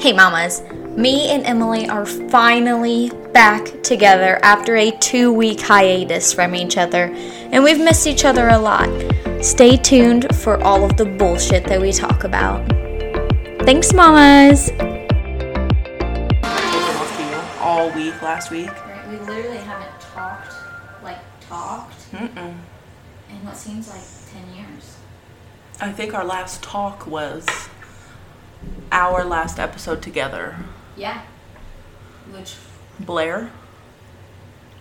Hey, mamas. Me and Emily are finally back together after a two week hiatus from each other, and we've missed each other a lot. Stay tuned for all of the bullshit that we talk about. Thanks, mamas. off to you all week last week. Right, we literally haven't talked, like talked, Mm-mm. in what seems like ten years. I think our last talk was our last episode together. Yeah, which Blair?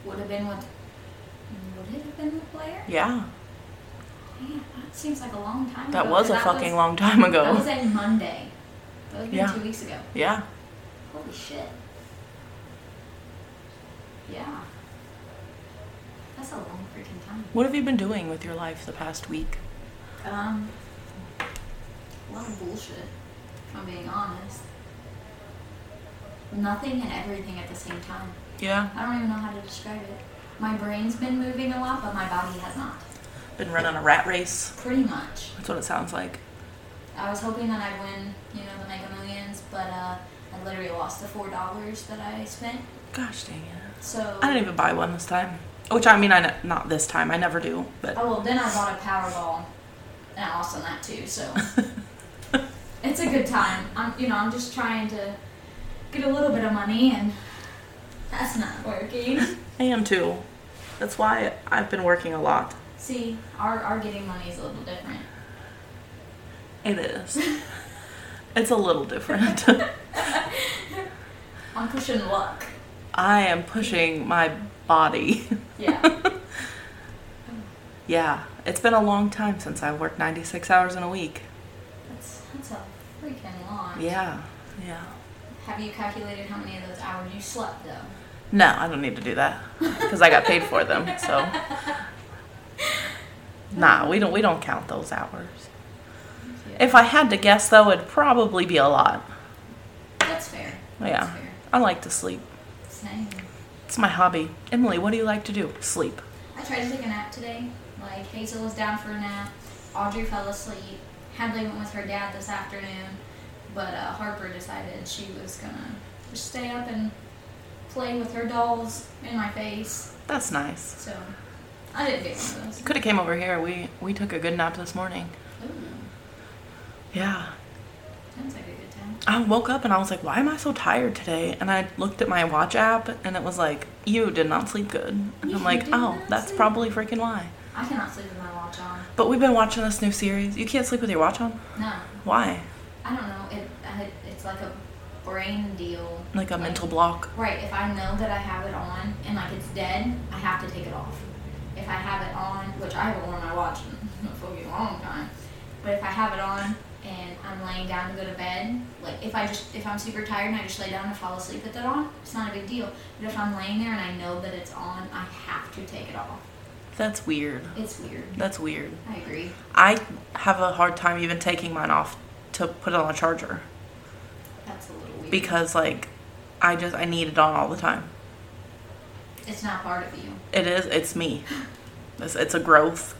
would have been with, would it have been with Blair? Yeah. Damn, that seems like a long time ago. Uh-huh. That was a but fucking was- long time That was ago. a Monday. That would have been Oh. Yeah. two weeks ago. Yeah. Holy shit. Yeah. That's a long freaking time. What have you been doing with your life the past week? Um, a lot of bullshit, if I'm being honest. Nothing and everything at the same time. Yeah. I don't even know how to describe it. My brain's been moving a lot, but my body has not. Been running a rat race. Pretty much. That's what it sounds like. I was hoping that I'd win, you know, the Mega Millions, but uh, I literally lost the four dollars that I spent. Gosh dang it. So. I didn't even buy one this time. Which I mean, I ne- not this time. I never do. But Oh well, then I bought a Powerball, and I lost on that too. So it's a good time. I'm, you know, I'm just trying to get a little bit of money, and that's not working. I am too. That's why I've been working a lot. See, our our getting money is a little different. It is. it's a little different. I'm pushing luck. I am pushing my body. Yeah, Yeah, it's been a long time since I worked 96 hours in a week. that's that's a freaking lot. Yeah, yeah. Have you calculated how many of those hours you slept though? No, I don't need to do that because I got paid for them. So, nah, we don't we don't count those hours. If I had to guess, though, it'd probably be a lot. That's fair. That's Yeah, fair. I like to sleep. Same. It's my hobby. Emily, what do you like to do? Sleep. I tried to take a nap today. Like Hazel was down for a nap. Audrey fell asleep. Hadley went with her dad this afternoon, but uh, Harper decided she was gonna just stay up and play with her dolls in my face. That's nice. So I didn't get one of those. Could have came over here. We we took a good nap this morning. Ooh, Yeah, sounds like a good time. I woke up and I was like, why am I so tired today? And I looked at my watch app and it was like, you did not sleep good. And You I'm like, did oh, not that's sleep." probably freaking why. I cannot sleep with my watch on. But we've been watching this new series. You can't sleep with your watch on? No, Why? I don't know. It, I, it's like a brain deal. Like a mental block. Right, if I know that I have it on and like it's dead, I have to take it off. If I have it on, which I haven't worn my watch in a fucking long time, but if I have it on and I'm laying down to go to bed, like if I just if I'm super tired and I just lay down and fall asleep with it on, it's not a big deal. But if I'm laying there and I know that it's on, I have to take it off. That's weird. It's weird. That's weird. I agree. I have a hard time even taking mine off to put it on a charger That's a little weird. because, like, I just, I need it on all the time. it's not part of you. It is. It's me. It's, it's a growth.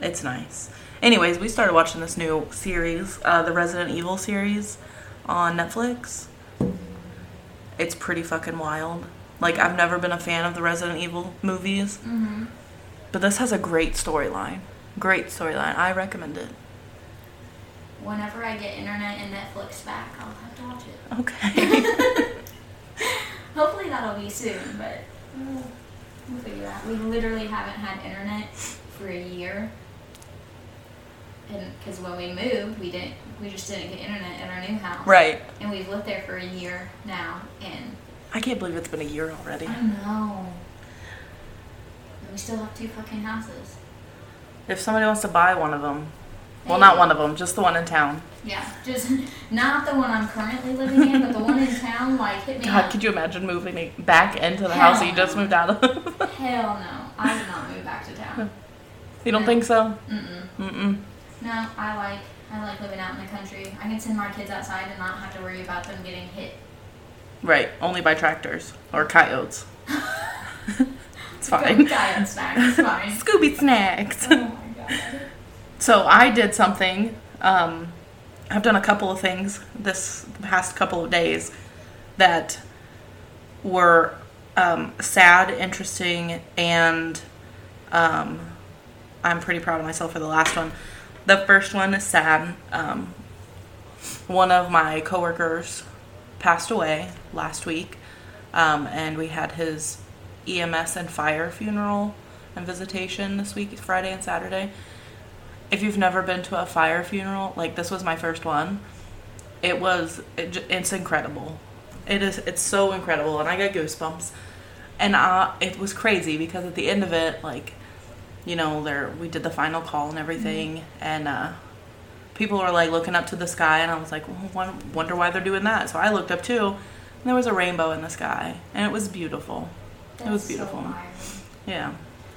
It's nice. Anyways, we started watching this new series, uh, the Resident Evil series, on Netflix. It's pretty fucking wild. Like I've never been a fan of the Resident Evil movies, Mm-hmm. but this has a great storyline. Great storyline. I recommend it. Whenever I get internet and Netflix back, I'll have to watch it. Okay. Hopefully that'll be soon, but we'll, we'll figure out. We literally haven't had internet for a year, and because when we moved, we didn't, we just didn't get internet at our new house. right. And we've lived there for a year now, and I can't believe it's been a year already. I don't know. And we still have two fucking houses. If somebody wants to buy one of them, well, not one of them, just the one in town. Yeah, just not the one I'm currently living in, but the one in town. Like hit me God, up. could you imagine moving it back into the house that you just moved out of? Hell no, I would not move back to town. You don't think so? Mm-mm. Mm-mm. No, I like I like living out in the country. I can send my kids outside and not have to worry about them getting hit. Right, only by tractors or coyotes. it's Go fine. Oh die on snacks. It's fine. Scooby snacks. oh my god. So I did something um, I've done a couple of things this past couple of days that were um, sad, interesting, and um, I'm pretty proud of myself for the last one. The first one is sad. Um, one of my coworkers passed away last week, um, and we had his EMS and fire funeral and visitation this week, Friday and Saturday. If you've never been to a fire funeral, like this was my first one, it was it, j- it's incredible. It is it's so incredible, and I got goosebumps. And uh, it was crazy because at the end of it, like you know, there we did the final call and everything, and uh, people were like looking up to the sky, and I was like, "Well, won- wonder why they're doing that. So I looked up too, and there was a rainbow in the sky, and it was beautiful. That's was so beautiful. wild. Yeah,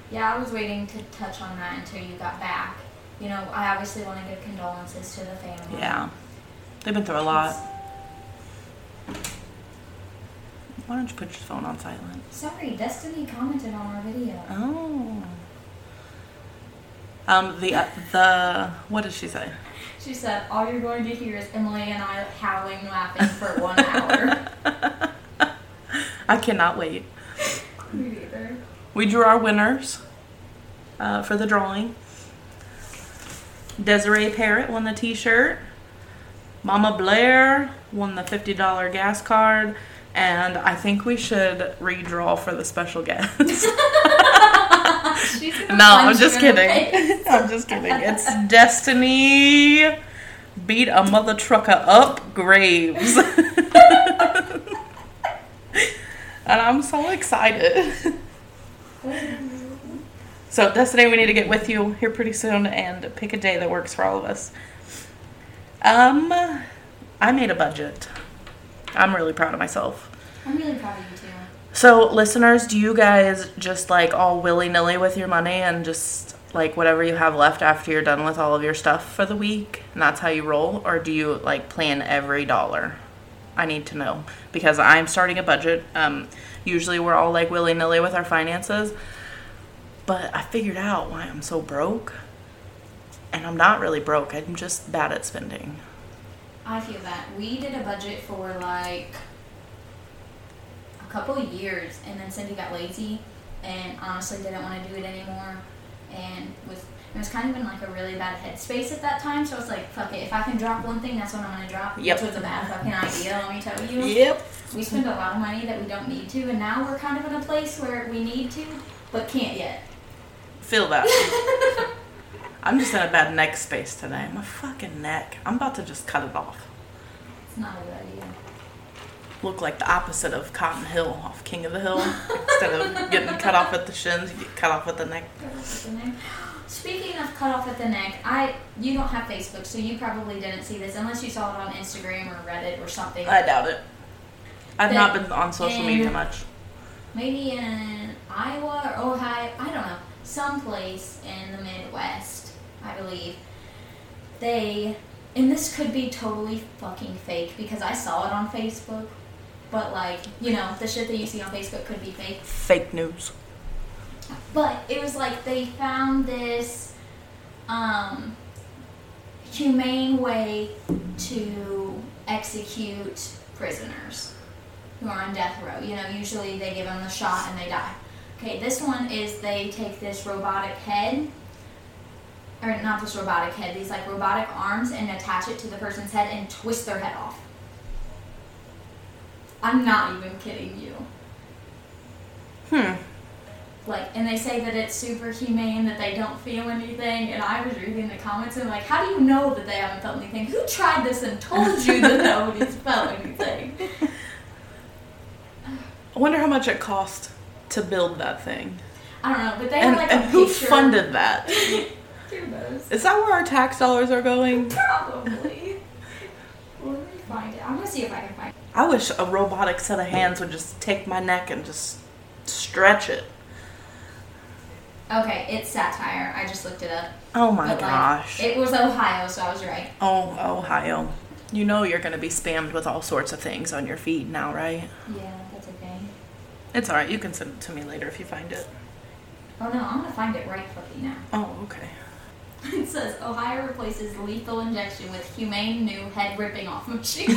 Yeah, I was waiting to touch on that until you got back. You know, I obviously want to give condolences to the family. yeah. They've been through a lot. Why don't you put your phone on silent? Sorry, Destiny commented on our video. Oh. Um. The uh, the what did she say? She said, all you're going to hear is Emily and I howling laughing for one hour. I cannot wait. Me neither. We drew our winners uh, for the drawing. Desiree Parrott won the t shirt. Mama Blair won the $50 gas card. And I think we should redraw for the special guest. She's gonna no, I'm punch just you in the kidding. face. I'm just kidding. It's Destiny beat a mother trucker up Graves. and I'm so excited. So, Destiny, we need to get with you here pretty soon and pick a day that works for all of us. Um, I made a budget. I'm really proud of myself. I'm really proud of you too. So, listeners, do you guys just like all willy nilly with your money and just like whatever you have left after you're done with all of your stuff for the week? And that's how you roll? Or do you like plan every dollar? I need to know because I'm starting a budget. Um, usually we're all like willy nilly with our finances. But I figured out why I'm so broke. And I'm not really broke, I'm just bad at spending. I feel that. We did a budget for like a couple of years and then Cindy got lazy and honestly didn't want to do it anymore. And with it was kind of in like a really bad headspace at that time, so I was like, fuck it, if I can drop one thing, that's what I'm gonna drop. Yep. Which was a bad fucking idea, let me tell you. Yep. We spend a lot of money that we don't need to, and now we're kind of in a place where we need to, but can't yet. Feel that. I'm just in a bad neck space today. My fucking neck. I'm about to just cut it off. It's not a good idea. Look like the opposite of Cotton Hill off King of the Hill. Instead of getting cut off at the shins, you get cut off at the neck. Cut off at the neck. Speaking of cut off at the neck, I you don't have Facebook, so you probably didn't see this unless you saw it on Instagram or Reddit or something. I doubt it. I've not Then- been on social then- media much. Maybe in Iowa or Ohio, I don't know, someplace in the Midwest, I believe. They, and this could be totally fucking fake because I saw it on Facebook, but like you know the shit that you see on Facebook could be fake. Fake news. But it was like they found this um, humane way to execute prisoners who are on death row. You know, usually they give them the shot and they die. Okay, this one is they take this robotic head, or not this robotic head, these like robotic arms and attach it to the person's head and twist their head off. I'm not even kidding you. Hmm. like and they say that it's super humane that they don't feel anything and i was reading the comments and like how do you know that they haven't felt anything who tried this and told you that nobody's felt anything I wonder how much it cost to build that thing. i don't know but they And, had like and a who picture funded that? Who knows? Is that where our tax dollars are going? probably Well, let me find it i'm gonna see if i can find it I wish a robotic set of hands would just take my neck and just stretch it. okay it's satire i just looked it up Oh my But, like, gosh. it was ohio so i was right Oh, Ohio. You know you're going to be spammed with all sorts of things on your feed now, right? yeah that's okay It's all right. You can send it to me later if you find it. oh no i'm gonna find it right fucking now Oh, okay. It says Ohio replaces lethal injection with humane new head ripping off machine.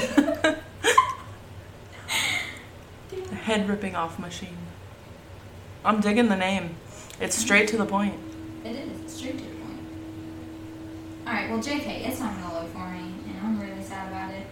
Head ripping off machine. I'm digging the name. It's straight to the point. It is. It's true to the point. All right. Well, JK, it's not gonna look for me, and I'm really sad about it.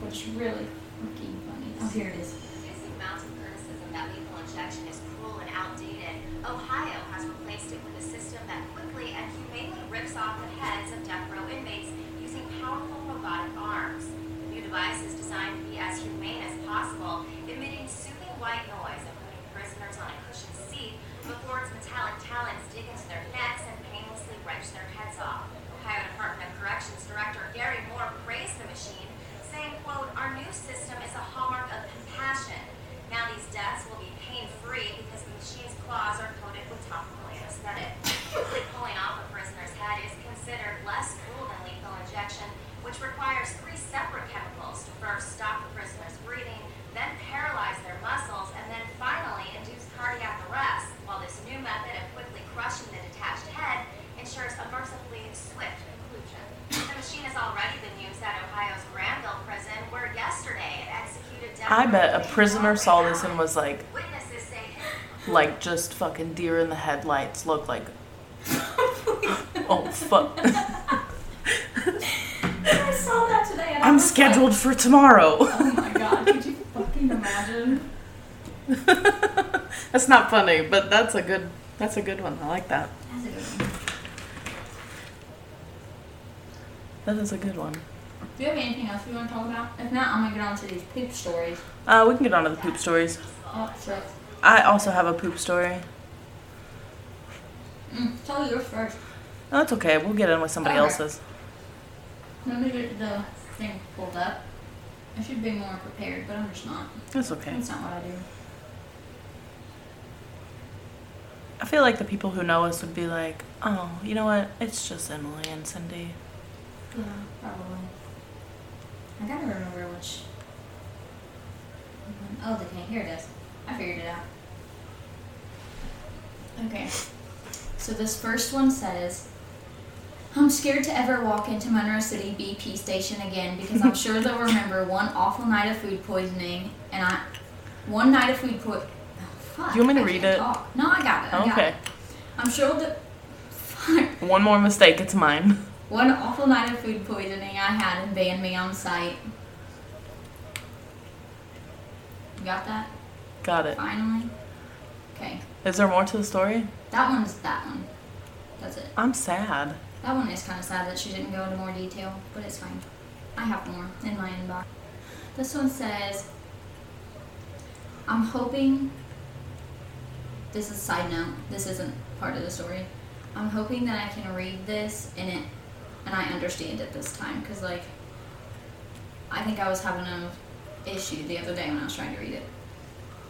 Which really fucking funny. Oh, here it is. Facing mounting criticism that lethal injection is cruel and outdated, Ohio has replaced it with a system that quickly and humanely rips off the heads of death row inmates using powerful robotic arms. The new device is designed to be as humane as possible, emitting soothing white noise and putting prisoners on a cushioned seat before its metallic talons dig into their necks and painlessly wrench their heads off. Ohio Department of Corrections Director Gary Moore praised the machine, saying, quote, our new system is a hallmark of compassion. Now these deaths will be pain-free because the machine's claws are coated with topical anesthetic. Quickly pulling off a prisoner's head is considered less cruel than lethal injection, which requires three separate chemicals to first stop the prisoner's breathing, then paralyze their muscles, and then finally induce cardiac arrest. While this new method of quickly crushing the detached head ensures a mercifully swift conclusion. The machine is already been used at Ohio's Granville prison, where yesterday it executed. death I bet a row prisoner inmates saw this and was like, Witnesses say like just fucking deer in the headlights look like. oh fuck! I saw that today. And I I'm was like, scheduled for tomorrow. oh my god! Could you fucking imagine? that's not funny, but that's a good. That's a good one. I like that. That's a good one. That is a good one. Do you have anything else we want to talk about? If not, I'm gonna get on to these poop stories. Uh, we can get on to the poop stories. Oh, shit. I also have a poop story. Mm, tell yours first. No, that's okay. We'll get in with somebody Okay. else's. Let me get the thing pulled up. I should be more prepared, but I'm just not. That's okay. That's not what I do. I feel like the people who know us would be like, oh, you know what? It's just Emily and Cindy. Yeah, probably. I gotta remember which. Oh, they can't hear this. I figured it out. Okay. So this first one says, "I'm scared to ever walk into Monroe City BP station again because I'm sure they'll remember one awful night of food poisoning and I, one night of food poisoning." You want me to I read can't it? Oh, Talk. No, I got it. I Got Okay. it. I'm sure the. Fuck. One more mistake, it's mine. One awful night of food poisoning I had and banned me on site. You got that? Got it. Finally? Okay. Is there more to the story? That one's that one. That's it. I'm sad. That one is kind of sad that she didn't go into more detail, but it's fine. I have more in my inbox. This one says, I'm hoping. This is side note. This isn't part of the story. I'm hoping that I can read this and it, and I understand it this time. Cause like, I think I was having an issue the other day when I was trying to read it.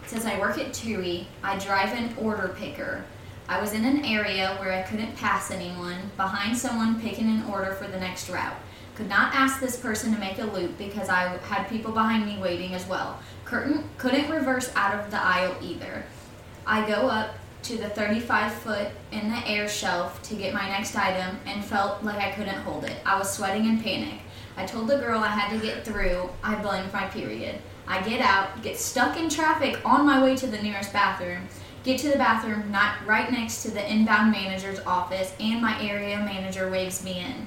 It says I work at TUI. I drive an order picker. I was in an area where I couldn't pass anyone, behind someone picking an order for the next route. Could not ask this person to make a loop because I had people behind me waiting as well. Couldn't, couldn't reverse out of the aisle either. I go up to the 35 foot in the air shelf to get my next item and felt like I couldn't hold it. I was sweating in panic. I told the girl I had to get through. I blamed my period. I get out, get stuck in traffic on my way to the nearest bathroom, get to the bathroom not right next to the inbound manager's office, and my area manager waves me in.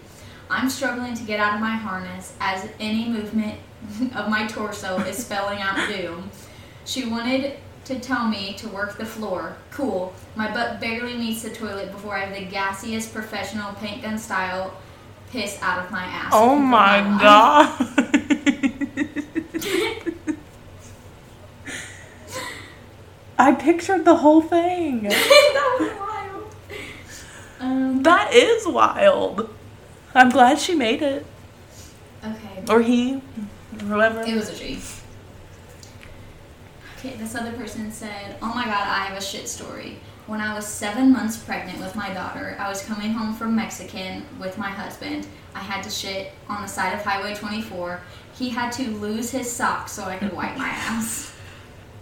I'm struggling to get out of my harness as any movement of my torso is spelling out doom. She wanted to tell me to work the floor. Cool. My butt barely meets the toilet before I have the gaseous professional paint gun style piss out of my ass. Oh my god. I pictured the whole thing. that was wild. Um, That is wild. I'm glad she made it. okay. Or he. Whoever. It was a G. Okay, this other person said, Oh my god, I have a shit story. When I was seven months pregnant with my daughter, I was coming home from Mexican with my husband. I had to shit on the side of Highway 24. He had to lose his socks so I could wipe my ass.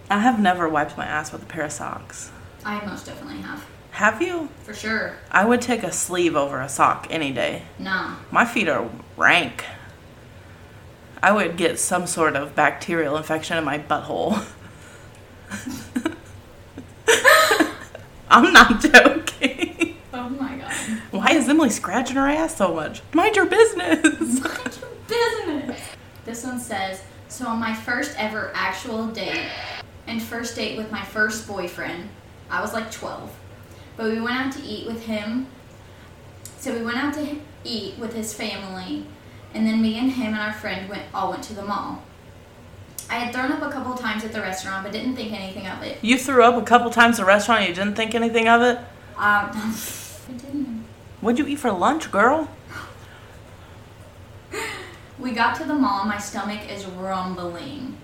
I have never wiped my ass with a pair of socks. I most definitely have. Have you? for sure. I would take a sleeve over a sock any day. Nah. My feet are rank. I would get some sort of bacterial infection in my butthole. I'm not joking. Oh my god. Why is Emily scratching her ass so much? Mind your business. Mind your business. This one says, so on my first ever actual date and first date with my first boyfriend, I was like 12, but we went out to eat with him. So we went out to eat with his family, and then me and him and our friend went all went to the mall. I had thrown up a couple times at the restaurant, but didn't think anything of it. You threw up a couple times at a restaurant and you didn't think anything of it? Um, I didn't. What'd you eat for lunch, girl? We got to the mall, my stomach is rumbling.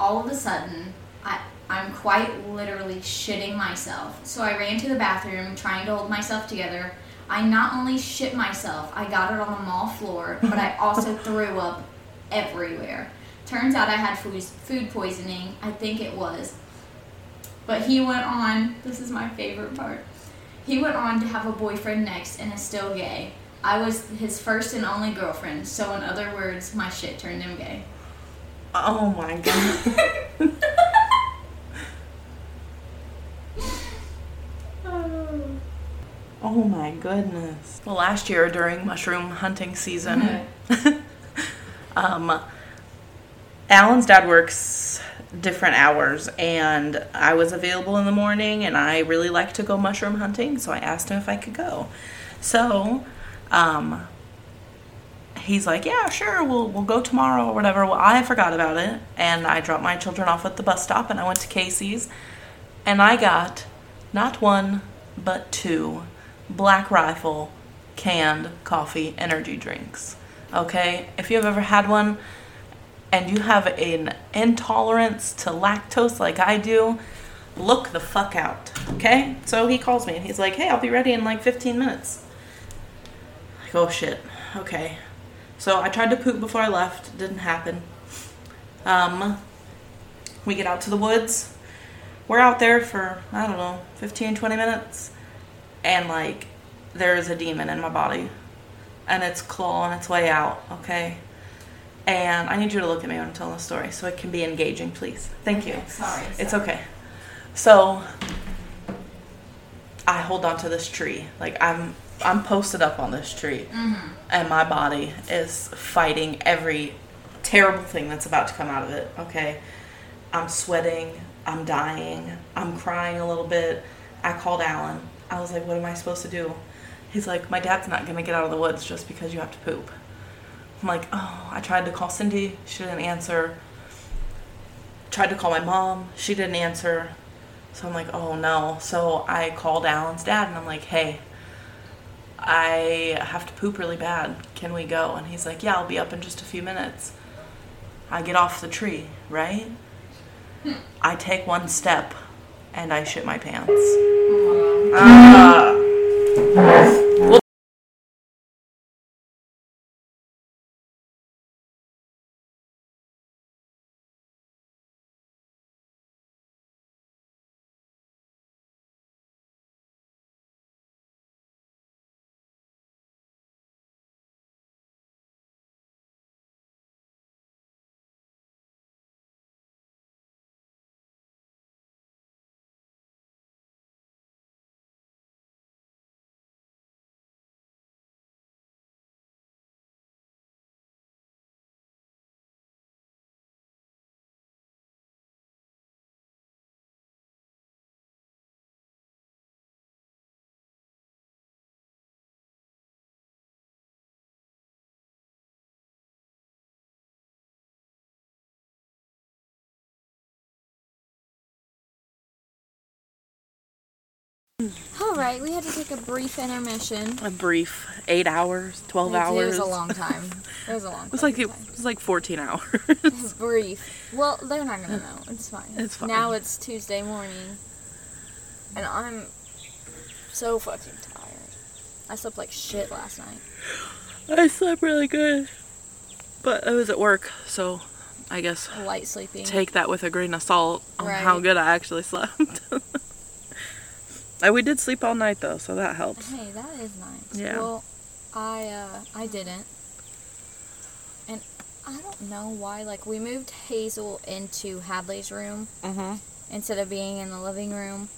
All of a sudden, I, I'm quite literally shitting myself. So I ran to the bathroom trying to hold myself together. I not only shit myself, I got it on the mall floor, but I also threw up everywhere. Turns out I had food, food poisoning. I think it was. But he went on, this is my favorite part. He went on to have a boyfriend next and is still gay. I was his first and only girlfriend, so in other words, my shit turned him gay. Oh my god. Oh my goodness. Well, last year during mushroom hunting season, um, Alan's dad works different hours, and I was available in the morning, and I really like to go mushroom hunting, so I asked him if I could go. So, um, he's like, "Yeah, sure, we'll we'll go tomorrow or whatever." Well, I forgot about it, and I dropped my children off at the bus stop, and I went to Casey's, and I got not one but two Black Rifle canned coffee energy drinks. Okay, if you've ever had one and you have an intolerance to lactose like I do, look the fuck out. Okay? So he calls me and he's like, "Hey, I'll be ready in like 15 minutes." Like, oh shit. Okay. So I tried to poop before I left. Didn't happen. Um, we get out to the woods. We're out there for, I don't know, 15, 20 minutes. And like, there is a demon in my body. And it's clawing its way out, okay? And I need you to look at me when I'm telling the story so it can be engaging, please. Thank you. Sorry. It's okay. So I hold on to this tree. Like I'm I'm posted up on this tree. And my body is fighting every terrible thing that's about to come out of it. Okay. I'm sweating, I'm dying, I'm crying a little bit. I called Alan. I was like, "What am I supposed to do?" He's like, "My dad's not going to get out of the woods just because you have to poop." I'm like, "Oh, I tried to call Cindy. She didn't answer." tried to call my mom. She didn't answer. So I'm like, oh no. So I called Alan's dad and I'm like, hey, I have to poop really bad. Can we go? And he's like, yeah, I'll be up in just a few minutes. I get off the tree, right? I take one step and I shit my pants. All right, we had to take a brief intermission. A brief eight hours, 12 It hours. was a long time. It was a long. It was like fucking it time. was like 14 hours. It was brief. Well, they're not gonna know. It's fine. It's fine. Now it's Tuesday morning, and I'm so fucking tired. I slept like shit last night. I slept really good, but I was at work, so I guess Light sleeping. take that with a grain of salt on Right. how good I actually slept. Uh, we did sleep all night though, so that helps. Hey, that is nice. Yeah. Well, I uh, I didn't, and I don't know why. Like we moved Hazel into Hadley's room Mm-hmm. instead of being in the living room,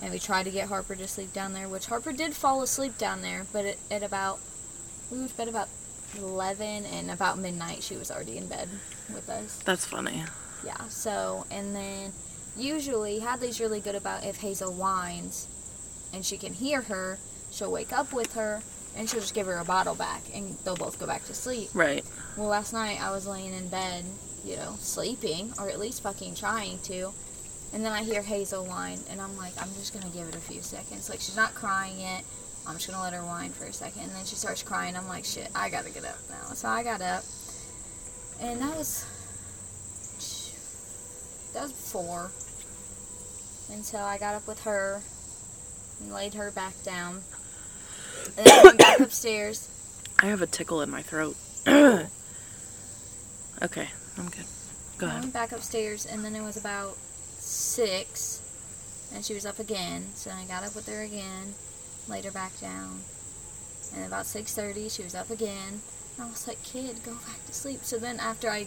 and we tried to get Harper to sleep down there, which Harper did fall asleep down there. But at, at about we went to bed about eleven, and about midnight she was already in bed with us. That's funny. Yeah. So, and then usually Hadley's really good about if Hazel whines and she can hear her, she'll wake up with her and she'll just give her a bottle back and they'll both go back to sleep. Right. Well, last night I was laying in bed, you know, sleeping or at least fucking trying to. And then I hear Hazel whine and I'm like, I'm just going to give it a few seconds. Like, she's not crying yet. I'm just going to let her whine for a second. And then she starts crying. I'm like, shit, I got to get up now. So I got up. And that was that was four. And so I got up with her and laid her back down. And then I went back upstairs. I have a tickle in my throat. okay, I'm good. Go I ahead. went back upstairs, and then it was about six, and she was up again. So I got up with her again, laid her back down, and about six thirty, she was up again. And I was like, "Kid, go back to sleep." So then after I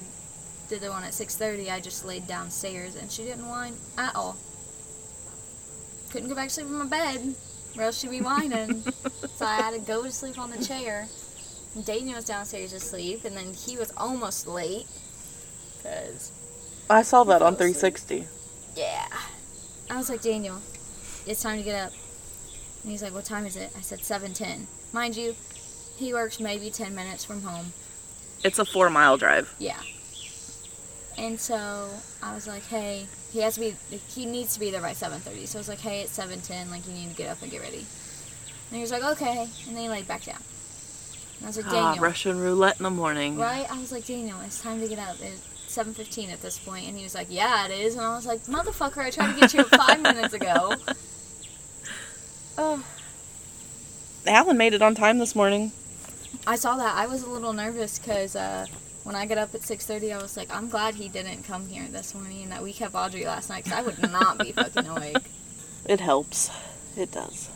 did the one at six thirty, I just laid downstairs, and she didn't whine at all. Couldn't go back to sleep in my bed, or else she'd be whining. so I had to go to sleep on the chair. Dayton was downstairs asleep, and then he was almost late. Cause I saw that on Fall asleep. 360. yeah, I was like Daniel, it's time to get up. And he's like, what time is it? I said seven ten. Mind you, he works maybe ten minutes from home. It's a four mile drive. Yeah. And so I was like, hey, he has to be, he needs to be there by seven thirty. So I was like, hey, it's seven ten. Like you need to get up and get ready. And he was like, okay. And then he laid back down. And I was like, Ah, Daniel, Russian roulette in the morning. Right? I was like, Daniel, it's time to get up. It's 7.15 at this point. And he was like, yeah, it is. And I was like, motherfucker, I tried to get you up five minutes ago. Oh, Alan made it on time this morning. I saw that. I was a little nervous because uh, when I got up at 6.30, I was like, I'm glad he didn't come here this morning and that we kept Audrey last night because I would not be fucking awake. It helps. It does.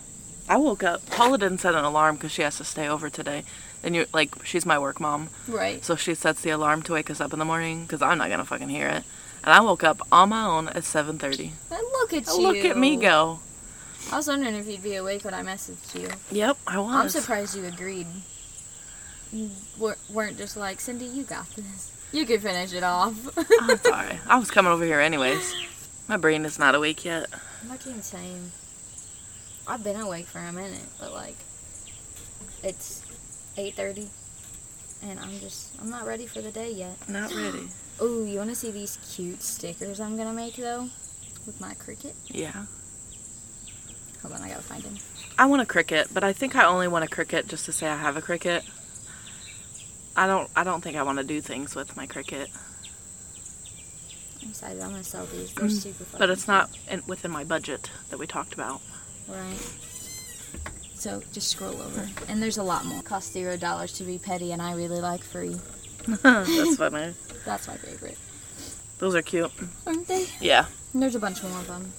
I woke up. Paula didn't set an alarm because she has to stay over today. And you like, she's my work mom, Right. so she sets the alarm to wake us up in the morning because I'm not gonna fucking hear it. And I woke up on my own at 7:30. But look at you. Look at me go. I was wondering if you'd be awake when I messaged you. Yep, I was. I'm surprised you agreed. You wer- weren't just like, Cindy, you got this. You can finish it off. I'm sorry. I was coming over here anyways. My brain is not awake yet. Fucking same. I've been awake for a minute, but like, it's 8:30, and I'm just I'm not ready for the day yet. Not ready. Ooh, you want to see these cute stickers I'm gonna make though, with my cricket? Yeah. Hold on, I gotta find them. I want a cricket, but I think I only want a cricket just to say I have a cricket. I don't I don't think I want to do things with my cricket. I'm excited. I'm gonna sell these. They're super fun. But it's not in, within my budget that we talked about. Right. So just scroll over, and there's a lot more. Cost zero dollars to be petty, and I really like free. That's funny. That's my favorite. Those are cute. Aren't they? Yeah. And there's a bunch more of them.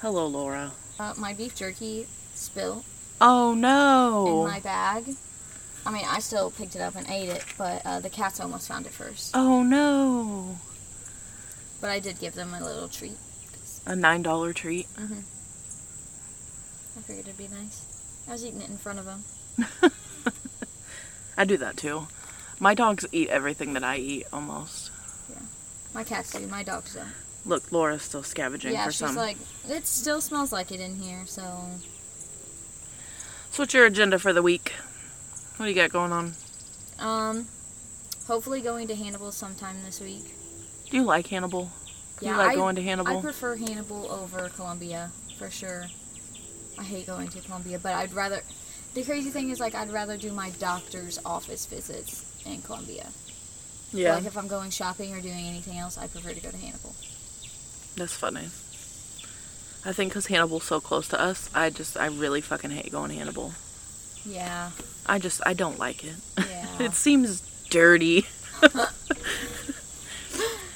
Hello, Laura. Uh, my beef jerky spill Oh in no. my bag. I mean, I still picked it up and ate it, but uh, the cats almost found it first. Oh no. But I did give them a little treat. A nine dollar treat. I figured it'd be nice. I was eating it in front of them. I do that too. My dogs eat everything that I eat almost. My cats do. My dogs do. Look, Laura's still scavenging yeah, for she's some. like, it still smells like it in here, so so what's your agenda for the week? What do you got going on? um, hopefully going to Hannibal sometime this week. Do you like Hannibal? You like going to Hannibal? I prefer Hannibal over Columbia for sure. I hate going to Columbia, but I'd rather. The crazy thing is, like, I'd rather do my doctor's office visits in Columbia. Like, if I'm going shopping or doing anything else, I prefer to go to Hannibal. That's funny. I think because Hannibal's so close to us, I just, I really fucking hate going to Hannibal. Yeah. I just, I don't like it. Yeah. it seems dirty.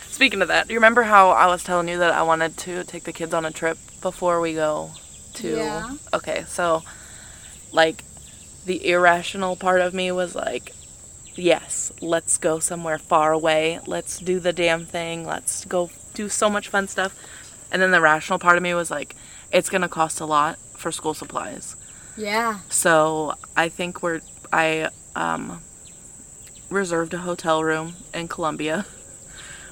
Speaking of that, you remember how I was telling you that I wanted to take the kids on a trip before we go to Yeah. okay so like the irrational part of me was like yes let's go somewhere far away let's do the damn thing let's go do so much fun stuff and then the rational part of me was like it's gonna cost a lot for school supplies Yeah. so I think we're I um, reserved a hotel room in Columbia.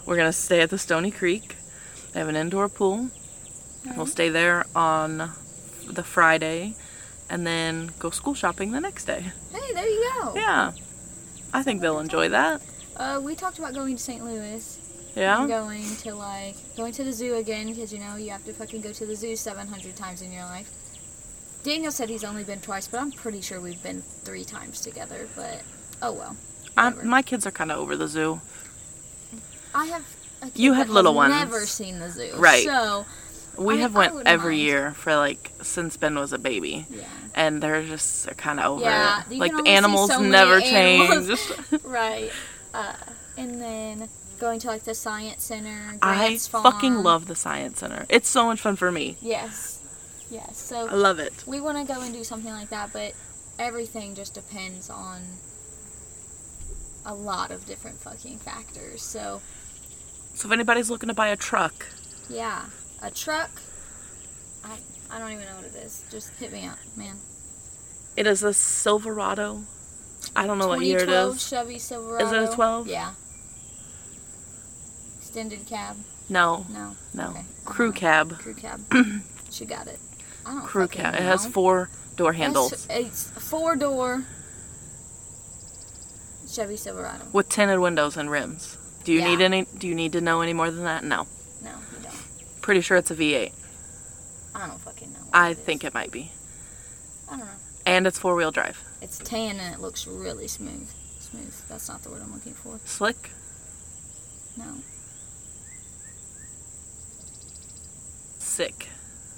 We're gonna stay at the Stony Creek. They have an indoor pool. We'll stay there on the Friday, and then go school shopping the next day. Hey, there you go. Yeah, I think they'll enjoy that. Uh, we talked about going to St. Louis. Yeah, Going to like going to the zoo again because you know you have to fucking go to the zoo 700 times in your life. Daniel said he's only been twice, but I'm pretty sure we've been three times together. But oh well. I'm, my kids are kind of over the zoo. I have. a kid You that have has little ones. Never seen the zoo. Right. So We I- have I went wouldn't every mind. year for like since Ben was a baby. yeah. and they're just they're kind of over Yeah, it. you Like can the only see animals so many never animals. change. Right. Uh, and then going to like the science center. I Grant's fucking Farm. love the science center. It's so much fun for me. Yes. Yes. I So love it. we want to go and do something like that, but everything just depends on a lot of different fucking factors. So So if anybody's looking to buy a truck, yeah, a truck. I I don't even know what it is. Just hit me up, man. it is a Silverado. I don't know what year it 2012 is. Chevy Silverado. 12? Yeah. Extended cab. No, No. no. Okay. Oh, Crew cab. Crew cab. she got it. I don't Crew fucking cab. It know. has four door handles It's, it's a four door Chevy Silverado. with tinted windows and rims. Do you Yeah. need any? Do you need to know any more than that? No. No, you don't. Pretty sure it's a V8. I don't fucking know. what I it is. think it might be. I don't know. And it's four wheel drive. It's tan and it looks really smooth. Smooth. That's not the word I'm looking for. Slick. No. Sick.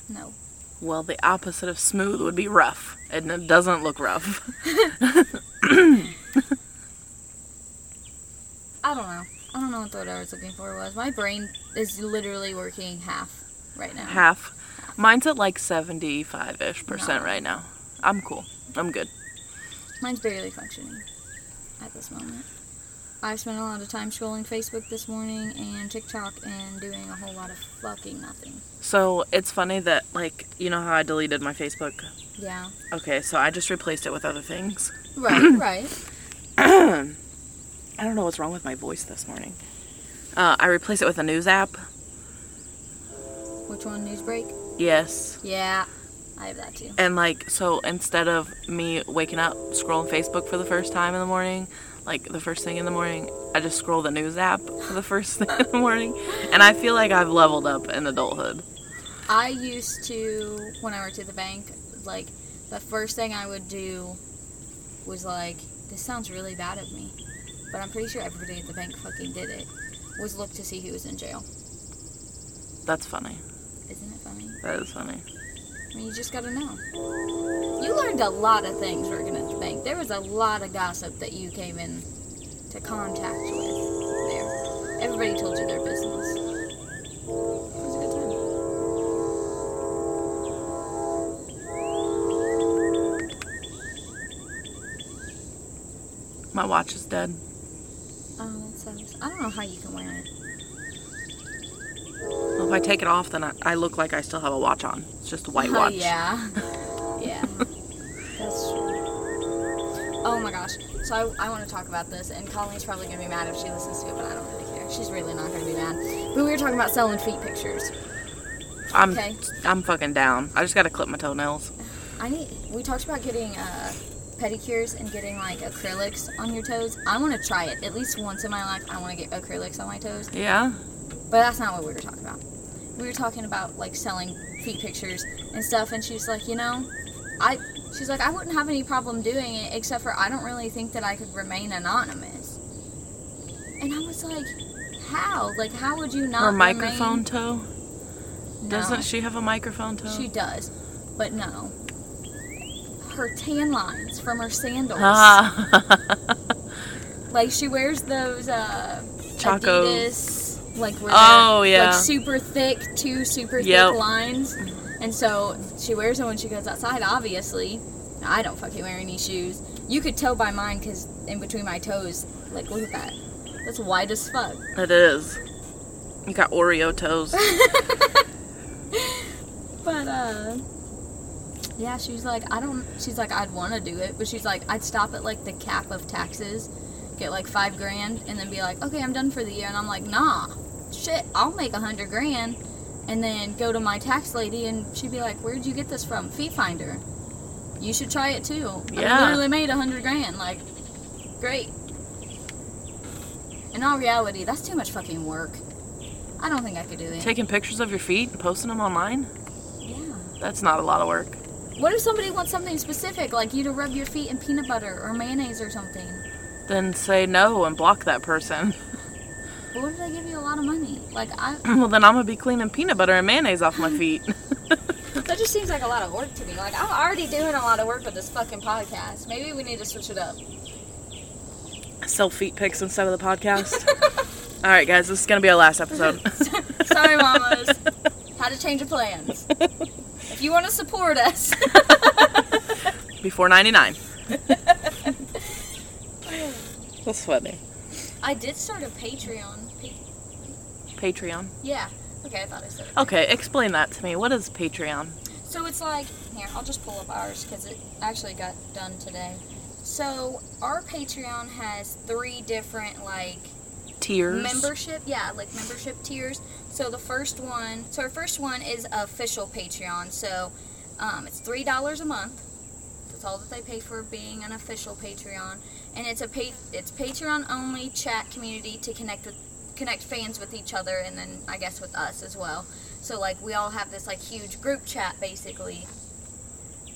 No. Well, the opposite of smooth would be rough, and it doesn't look rough. I don't know. I don't know what the word I was looking for was. My brain is literally working half right now. Half. Mine's at like 75 ish percent No. right now. I'm cool. I'm good. Mine's barely functioning at this moment. I've spent a lot of time scrolling Facebook this morning and TikTok and doing a whole lot of fucking nothing. So it's funny that, like, you know how I deleted my Facebook? Yeah. Okay, so I just replaced it with other things. Right, right. I don't know what's wrong with my voice this morning. Uh, I replaced it with a news app. Which one? Newsbreak? Yes. Yeah. I have that too. And like, so instead of me waking up scrolling Facebook for the first time in the morning, like the first thing in the morning, I just scroll the news app for the first thing in the morning. And I feel like I've leveled up in adulthood. I used to, when I worked at the bank, like, the first thing I would do was like, this sounds really bad of me, but I'm pretty sure everybody at the bank fucking did it, was look to see who was in jail. That's funny. Isn't it funny? That is funny. I mean, you just gotta know. You learned a lot of things working at the bank. There was a lot of gossip that you came in to contact with there. Everybody told you their business. It was a good time. My watch is dead. Oh, that sucks. I don't know how you can wear it. Well, if I take it off, then I, I look like I still have a watch on. It's just a white Oh, watch. yeah. Yeah. That's true. Oh my gosh. So I, I want to talk about this, and Colleen's probably going to be mad if she listens to it, but I don't really care. She's really not going to be mad. But we were talking about selling feet pictures. I'm Okay. I'm fucking down. I just gotta clip my toenails. I need. We talked about getting uh, pedicures and getting like acrylics on your toes. I want to try it at least once in my life. I want to get acrylics on my toes. Yeah. But that's not what we were talking about. We were talking about like selling feet pictures and stuff, and she was like, you know, I. She's like, I wouldn't have any problem doing it, except for I don't really think that I could remain anonymous. And I was like, how? Like, how would you not? Her remain- microphone toe. No. Doesn't she have a microphone toe? She does, but no. Her tan lines from her sandals. Ah. Like she wears those uh Chaco. Adidas, like where Oh, they're, yeah. like super thick, two super Yep. thick lines. And so she wears them when she goes outside, obviously. I don't fucking wear any shoes. You could tell by mine because in between my toes, like, look at that. That's wide as fuck. It is. You got Oreo toes. But, uh, yeah, she's like, I don't, she's like, I'd want to do it, but she's like, I'd stop at like the cap of taxes, get like five grand, and then be like, okay, I'm done for the year. And I'm like, nah, shit, I'll make a hundred grand. And then go to my tax lady, and she'd be like, where'd you get this from? Fee Finder. You should try it too. Yeah. I literally made a hundred grand. Like, great. In all reality, that's too much fucking work. I don't think I could do it. Taking pictures of your feet and posting them online? yeah. That's not a lot of work. What if somebody wants something specific, like you to rub your feet in peanut butter or mayonnaise or something? Then say no and block that person. Well, what if they give you a lot of money? Like, I, well, then I'm gonna be cleaning peanut butter and mayonnaise off my feet. that just seems like a lot of work to me. Like, I'm already doing a lot of work with this fucking podcast. Maybe we need to switch it up. Sell feet pics instead of the podcast. All right, guys, this is gonna be our last episode. Sorry, mamas. Had to change of plans. If you want to support us, Before 99. That's funny. I did start a Patreon. Pa- Patreon. yeah. Okay, I thought I said it. Okay, explain that to me. What is Patreon? So it's like, here, I'll just pull up ours because it actually got done today. So our Patreon has three different, like, Tears. membership yeah like membership tiers so the first one so our first one is official patreon so um, it's three dollars a month that's all that they pay for being an official patreon and it's a pa- it's patreon only chat community to connect with connect fans with each other and then i guess with us as well so like we all have this like huge group chat basically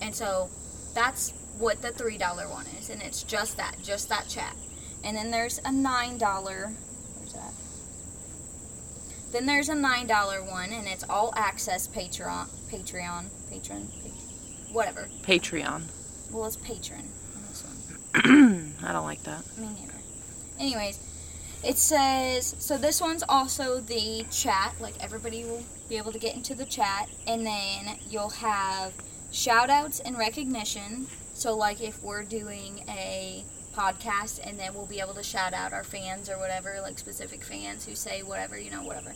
and so that's what the three dollar one is and it's just that just that chat and then there's a nine dollar Where's that? Then there's a nine dollar one, and it's all access Patreon, Patreon, patron, pat- whatever. Patreon. Well, it's patron. on This one. I don't like that. Me neither. Anyways, it says so this one's also the chat, like everybody will be able to get into the chat and then you'll have shout outs and recognition. So like if we're doing a podcast and then we'll be able to shout out our fans or whatever, like specific fans who say whatever, you know, whatever.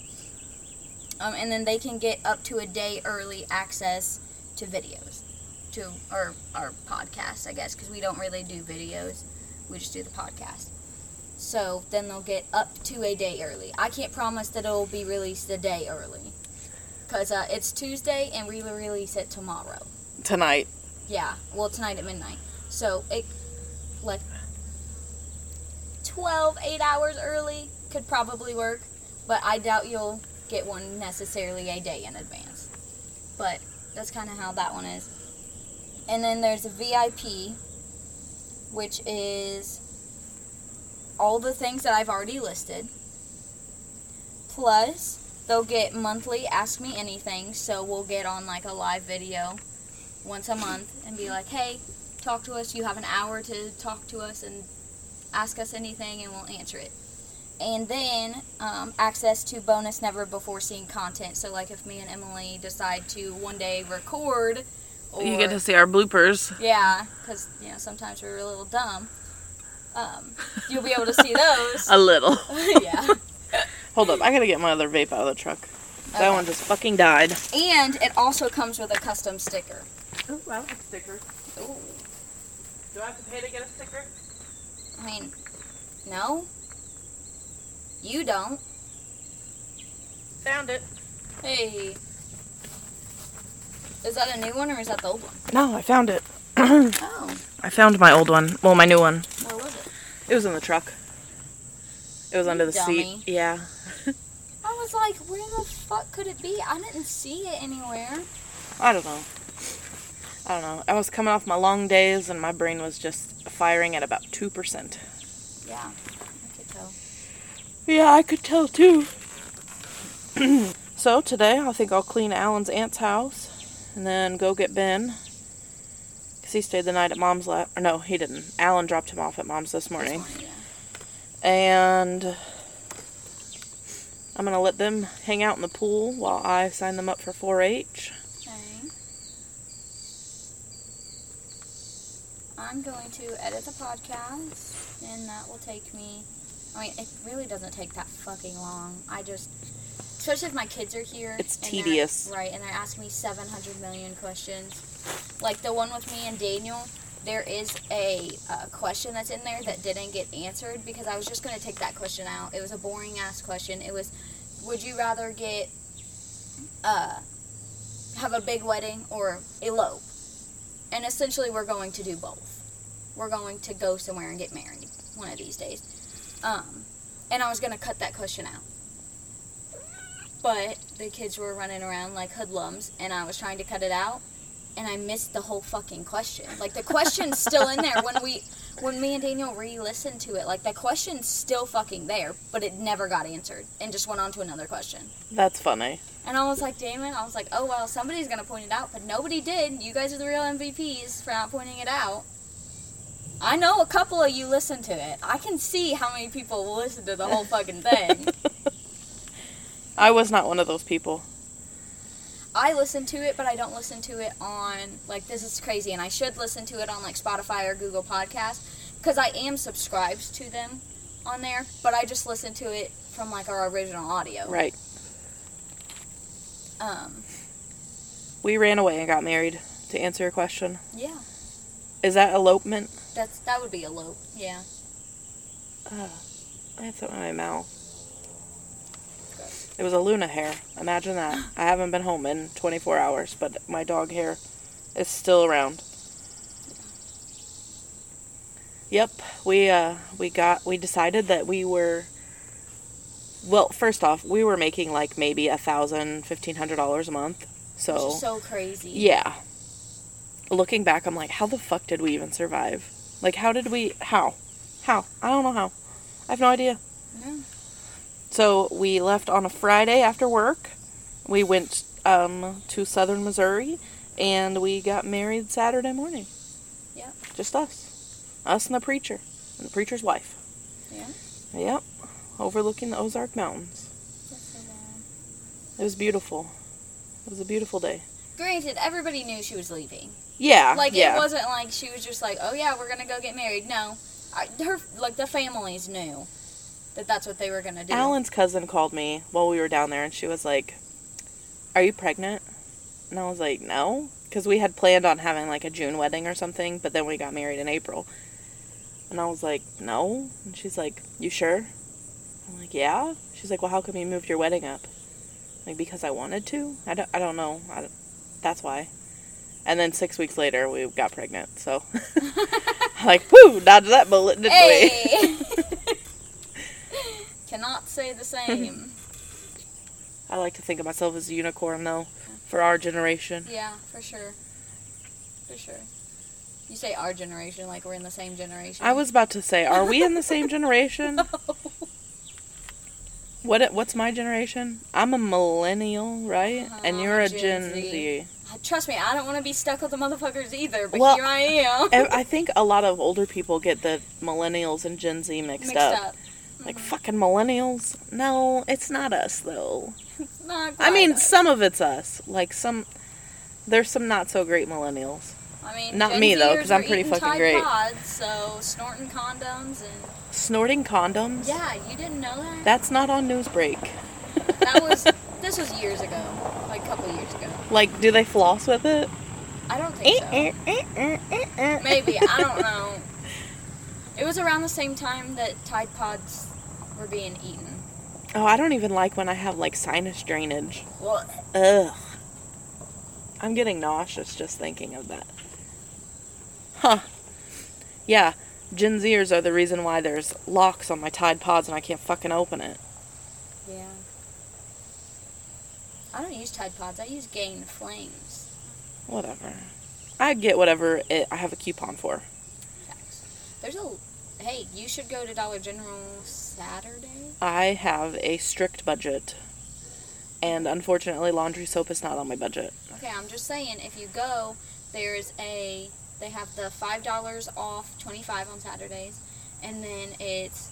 Um, and then they can get up to a day early access to videos, to or our podcast, I guess, because we don't really do videos we just do the podcast. So then they'll get up to a day early. I can't promise that it'll be released a day early because uh, it's Tuesday and we will release it tomorrow. Tonight. Yeah, well, tonight at midnight. So it like 12, 8 hours early could probably work, but I doubt you'll get one necessarily a day in advance. But that's kind of how that one is. And then there's a VIP, which is all the things that I've already listed. Plus, they'll get monthly Ask Me Anything, so we'll get on like a live video once a month and be like, hey, talk to us. You have an hour to talk to us and ask us anything, and we'll answer it. And then um, access to bonus never before seen content. So, like, if me and Emily decide to one day record, or You get to see our bloopers. yeah, because you know sometimes we're a little dumb. Um, you'll be able to see those. A little. yeah. Hold up, I gotta get my other vape out of the truck. That Okay. one just fucking died. And it also comes with a custom sticker. Oh, I like stickers. Do I have to pay to get a sticker? I mean, no. You don't. Found it. Hey. Is that a new one or is that the old one? No, I found it. Oh, I found my old one. Well, my new one. where was it? It was in the truck. It was under the dummy. seat. Yeah. I was like, where the fuck could it be? I didn't see it anywhere. I don't know. I don't know. I was coming off my long days and my brain was just firing at about 2%. Yeah, I could tell. Yeah, I could tell too. so today I think I'll clean Alan's aunt's house and then go get Ben. Because he stayed the night at mom's lap. Or no, he didn't. Alan dropped him off at mom's this morning. And I'm going to let them hang out in the pool while I sign them up for 4 H. Okay. I'm going to edit the podcast, and that will take me. I mean, it really doesn't take that fucking long. I just, especially if my kids are here. It's and they're- tedious. right? And they're asking me 700 million questions. Like the one with me and Daniel, there is a, uh question that's in there that didn't get answered because I was just going to take that question out. It was a boring ass question. It was, would you rather get, uh, have a big wedding or elope? And essentially, we're going to do both. We're going to go somewhere and get married one of these days. Um, and I was going to cut that question out. But the kids were running around like hoodlums, and I was trying to cut it out, and I missed the whole fucking question. Like the question's still in there when we, when me and Daniel re-listened to it. Like the question's still fucking there, but it never got answered, and just went on to another question. That's funny. And I was like, Damon, I was like, oh, well, somebody's going to point it out, but nobody did. You guys are the real MVPs for not pointing it out. I know a couple of you listened to it. I can see how many people listened to the whole fucking thing. I was not one of those people. I listen to it, but I don't listen to it on, like, this is crazy, and I should listen to it on, like, Spotify or Google Podcast because I am subscribed to them on there, but I just listen to it from, like, our original audio. Right. Um, We ran away and got married, to answer your question. yeah, Is that elopement? that's, that would be a low, yeah. Uh, I had something in my mouth. It was a Luna hair. Imagine that. I haven't been home in 24 hours, but my dog hair is still around. Yep, we uh, we got we decided that we were. Well, first off, we were making like maybe a thousand, fifteen hundred dollars a month. Which So is so crazy. yeah. Looking back, I'm like, how the fuck did we even survive? Like, how did we? How? How? I don't know how. I have no idea. No. So we left on a Friday after work. We went um, to southern Missouri and we got married Saturday morning. Yep. Just us. Us and the preacher. And the preacher's wife. Yeah. Yep. Overlooking the Ozark Mountains. It was beautiful. It was a beautiful day. Granted, everybody knew she was leaving. Yeah. Like yeah. it wasn't like she was just like, "Oh yeah, we're gonna go get married." No, I, her like the families knew that that's what they were gonna do. Alan's cousin called me while we were down there and she was like, Are you pregnant? And I was like, No. Because we had planned on having like a June wedding or something, but then we got married in April. And I was like, No. And she's like, You sure? I'm like, Yeah. She's like, Well, how come you moved your wedding up? I'm like, because I wanted to? I don't, I don't know. I don't- that's why. And then six weeks later, we got pregnant. So, like, whoo, dodged that bullet, didn't we? Hey. Cannot say the same. I like to think of myself as a unicorn, though, for our generation. yeah, for sure. For sure. You say our generation, like we're in the same generation. I was about to say, are we in the same generation? What What's my generation? I'm a millennial, right? and Uh-huh, you're a Gen, Gen Z. Z. Uh, Trust me, I don't want to be stuck with the motherfuckers either. But Well, here I am, I I think a lot of older people get the millennials and Gen Z mixed, mixed up. up. mm-hmm. Like fucking millennials. No, it's not us though. Not I mean, quite. some of it's us. Like some, there's some not so great millennials. I mean, Not Gen me, though, Zers 'cause I'm are pretty eating fucking Tide great. Pods, so snorting condoms and Snorting condoms. yeah, you didn't know that. That's not on Newsbreak. That was this was years ago, like a couple years ago. Like, do they floss with it? Eh, I don't think so. Maybe I don't know. It was around the same time that Tide Pods were being eaten. Oh, I don't even like when I have like sinus drainage. Well, Ugh. I'm getting nauseous just thinking of that. Huh. Yeah, Gen Zers are the reason why there's locks on my Tide Pods and I can't fucking open it. yeah. I don't use Tide Pods. I use Gain Flames. Whatever. I get whatever it, I have a coupon for. Facts. There's a hey, you should go to Dollar General Saturday. I have a strict budget. And unfortunately, laundry soap is not on my budget. Okay, I'm just saying, if you go, there's a they have the five dollars off twenty five on Saturdays, and then it's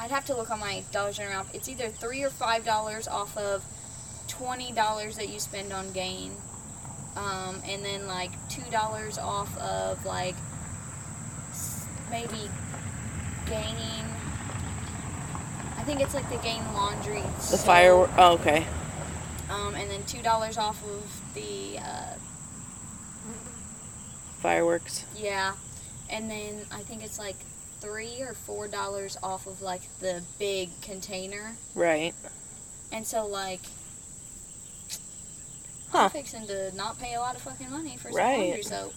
I'd have to look on my Dollar General. app. It's either three or five dollars off of twenty dollars that you spend on Gain. um, and then like two dollars off of like s- maybe gaining. I think it's like the gain laundry. The firework. Oh, okay. Um, and then two dollars off of the uh, Fireworks. yeah, and then I think it's like three or four dollars off of like the big container. Right. And so like Huh. I'm fixing to not pay a lot of fucking money for some Right. laundry soap.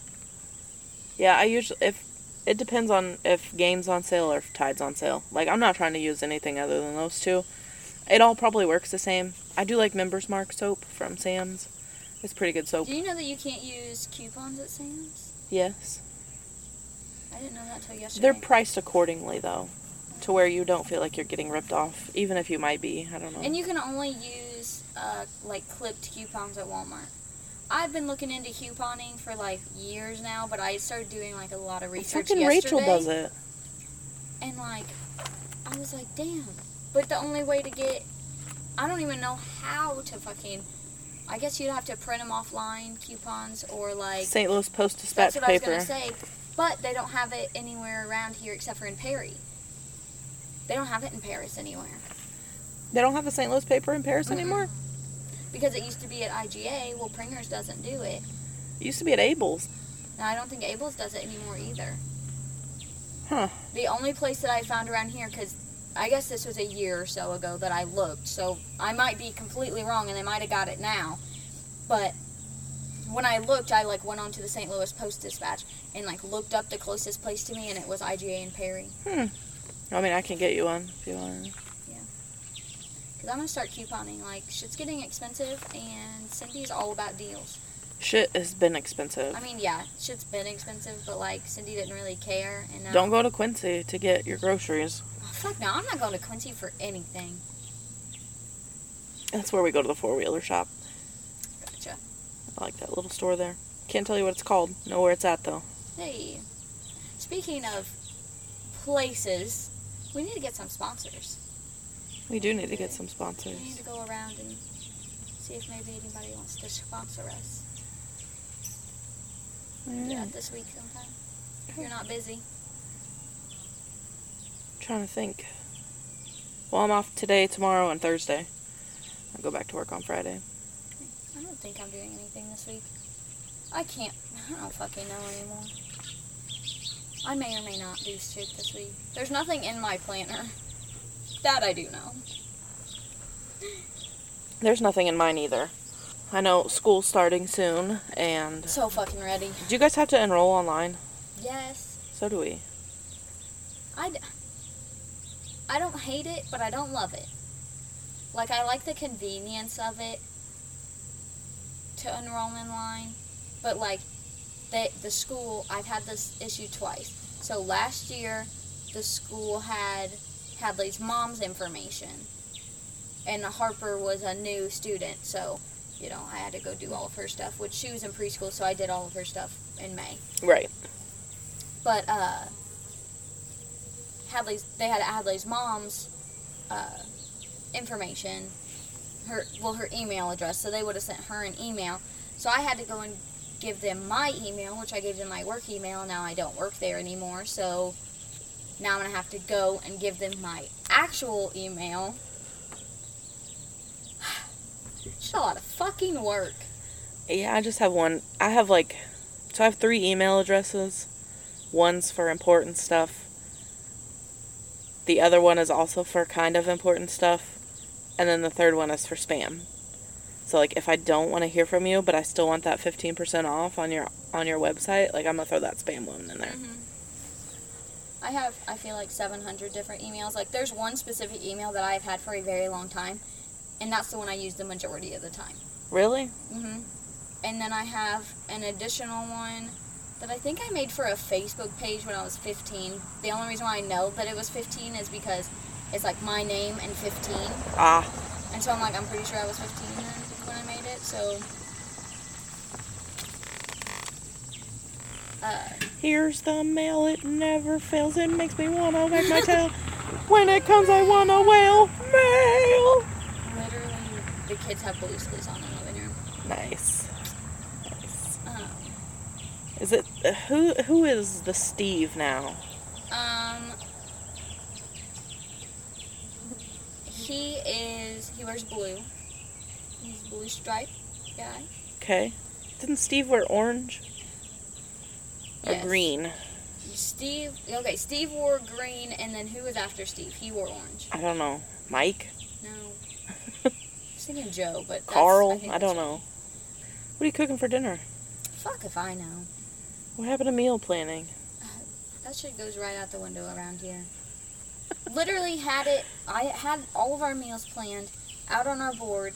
Yeah, I usually if it depends on if games on sale or if tides on sale. Like I'm not trying to use anything other than those two. It all probably works the same. I do like Members Mark soap from Sam's. It's pretty good soap. Do you know that you can't use coupons at Sam's? Yes. I didn't know that until yesterday. They're priced accordingly though, to where you don't feel like you're getting ripped off, even if you might be. I don't know. and you can only use uh, like clipped coupons at Walmart. I've been looking into couponing for like years now, but I started doing like a lot of research Fucking yesterday. Rachel does it. And like, I was like, damn. But the only way to get, I don't even know how to fucking. I guess you'd have to print them offline coupons or like. St. Louis Post Dispatch That's what I paper. was gonna say. But they don't have it anywhere around here except for in Perry. They don't have it in Paris anywhere They don't have a St. Louis paper in Paris anymore. because it used to be at IGA. Well, Pringers doesn't do it, It used to be at Abel's. and I don't think Abel's does it anymore either. Huh. The only place that I found around here, because I guess this was a year or so ago that I looked, so I might be completely wrong, and they might have got it now. But when I looked, I like went onto the St. Louis Post Dispatch and like looked up the closest place to me, and it was IGA in Perry. I mean, I can get you one if you want. Because I'm going to start couponing. Like, shit's getting expensive, and Cindy's all about deals. Shit has been expensive. I mean, yeah, shit's been expensive, but, like, Cindy didn't really care. And now, Don't go to Quincy to get your groceries. Oh, fuck no, I'm not going to Quincy for anything. That's where we go to the four wheeler shop. Gotcha. I like that little store there. Can't tell you what it's called. Know where it's at though. Hey. Speaking of places, we need to get some sponsors. We do need to get some We need sponsors. to go around and see if maybe anybody wants to sponsor us. Yeah, this week sometime. If you're not busy. trying to think. Well, I'm off today, tomorrow, and Thursday. I go back to work on Friday. I don't think I'm doing anything this week. I can't. I don't fucking know anymore. I may or may not do shit this week. There's nothing in my planner. That I do know. There's nothing in mine either. I know school's starting soon, and So fucking ready. do you guys have to enroll online? Yes. So do we. I, d- I don't hate it, but I don't love it. Like, I like the convenience of it to enroll in line, but like, the, the school, I've had this issue twice. So last year, the school had Hadley's mom's information, and Harper was a new student, so you know, I had to go do all of her stuff, which she was in preschool, so I did all of her stuff in May. Right. But uh, Hadley's they had Hadley's mom's uh, information, her well her email address, so they would have sent her an email. So I had to go and give them my email, which I gave them my work email. Now I don't work there anymore, so now I'm gonna have to go and give them my actual email. Just a lot of fucking work. Yeah, I just have one. I have like, so I have three email addresses. One's for important stuff. The other one is also for kind of important stuff. And then the third one is for spam. So like if I don't want to hear from you, but I still want that 15% off on your on your website, like I'm going to throw that spam one in there. I have, I feel like 700 different emails. Like, there's one specific email that I've had for a very long time, and that's the one I use the majority of the time. Really? hmm And then I have an additional one that I think I made for a Facebook page when I was 15. The only reason why I know that it was 15 is because it's like my name and 15. Ah, And so I'm like, I'm pretty sure I was 15 then when I made it, so. Uh, here's the mail it never fails. It makes me want to wag my tail. When it comes I want to wail. Mail. Literally, the kids have blue sleeves on in the living room. Nice. Nice. Uh, Is it uh, who? Who is the Steve now? Um, he is. He wears blue. He's a blue stripe guy. Okay. Didn't Steve wear orange or Yes. green? Steve. Okay, Steve wore green, and then who was after Steve? He wore orange. I don't know. Mike, No. I was thinking Joe, but that's- Carl. think I, don't that's- know. What are you cooking for dinner? Fuck if I know. What happened to meal planning? That shit goes right out the window around here. Literally had it. I had all of our meals planned out on our board,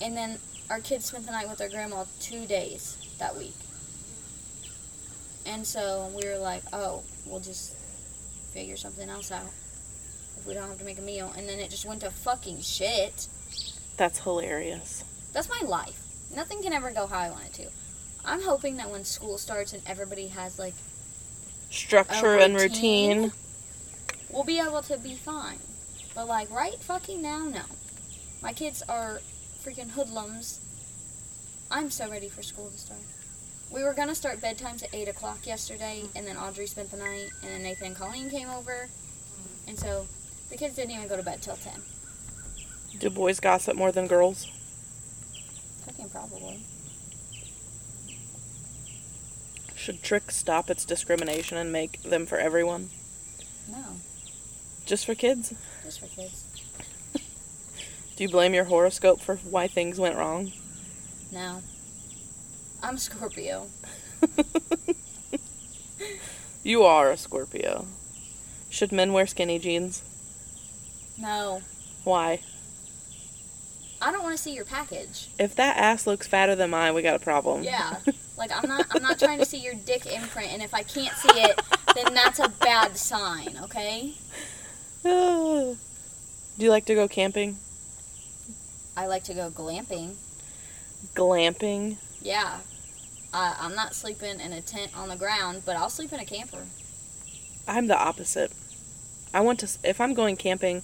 and then our kids spent the night with their grandma two days that week. And so we were like, oh, we'll just figure something else out if we don't have to make a meal. And then it just went to fucking shit. That's hilarious. That's my life. Nothing can ever go how I want it to. I'm hoping that when school starts and everybody has like Structure A and routine? routine. we'll be able to be fine. But like right fucking now, no. My kids are freaking hoodlums. I'm so ready for school to start. We were gonna start bedtimes at eight o'clock yesterday, and then Audrey spent the night, and then Nathan and Colleen came over, and so the kids didn't even go to bed till ten. Do boys gossip more than girls? Fucking probably. Should Trick stop its discrimination and make them for everyone? No, Just for kids? just for kids. Do you blame your horoscope for why things went wrong? No. I'm Scorpio. you are a Scorpio. Should men wear skinny jeans? No. Why? I don't want to see your package. If that ass looks fatter than mine, we got a problem. Yeah. Like I'm not I'm not trying to see your dick imprint and if I can't see it, then that's a bad sign, okay? Do you like to go camping? I like to go glamping. Glamping? Yeah. Uh, I'm not sleeping in a tent on the ground, but I'll sleep in a camper. I'm the opposite. I want to, s- if I'm going camping,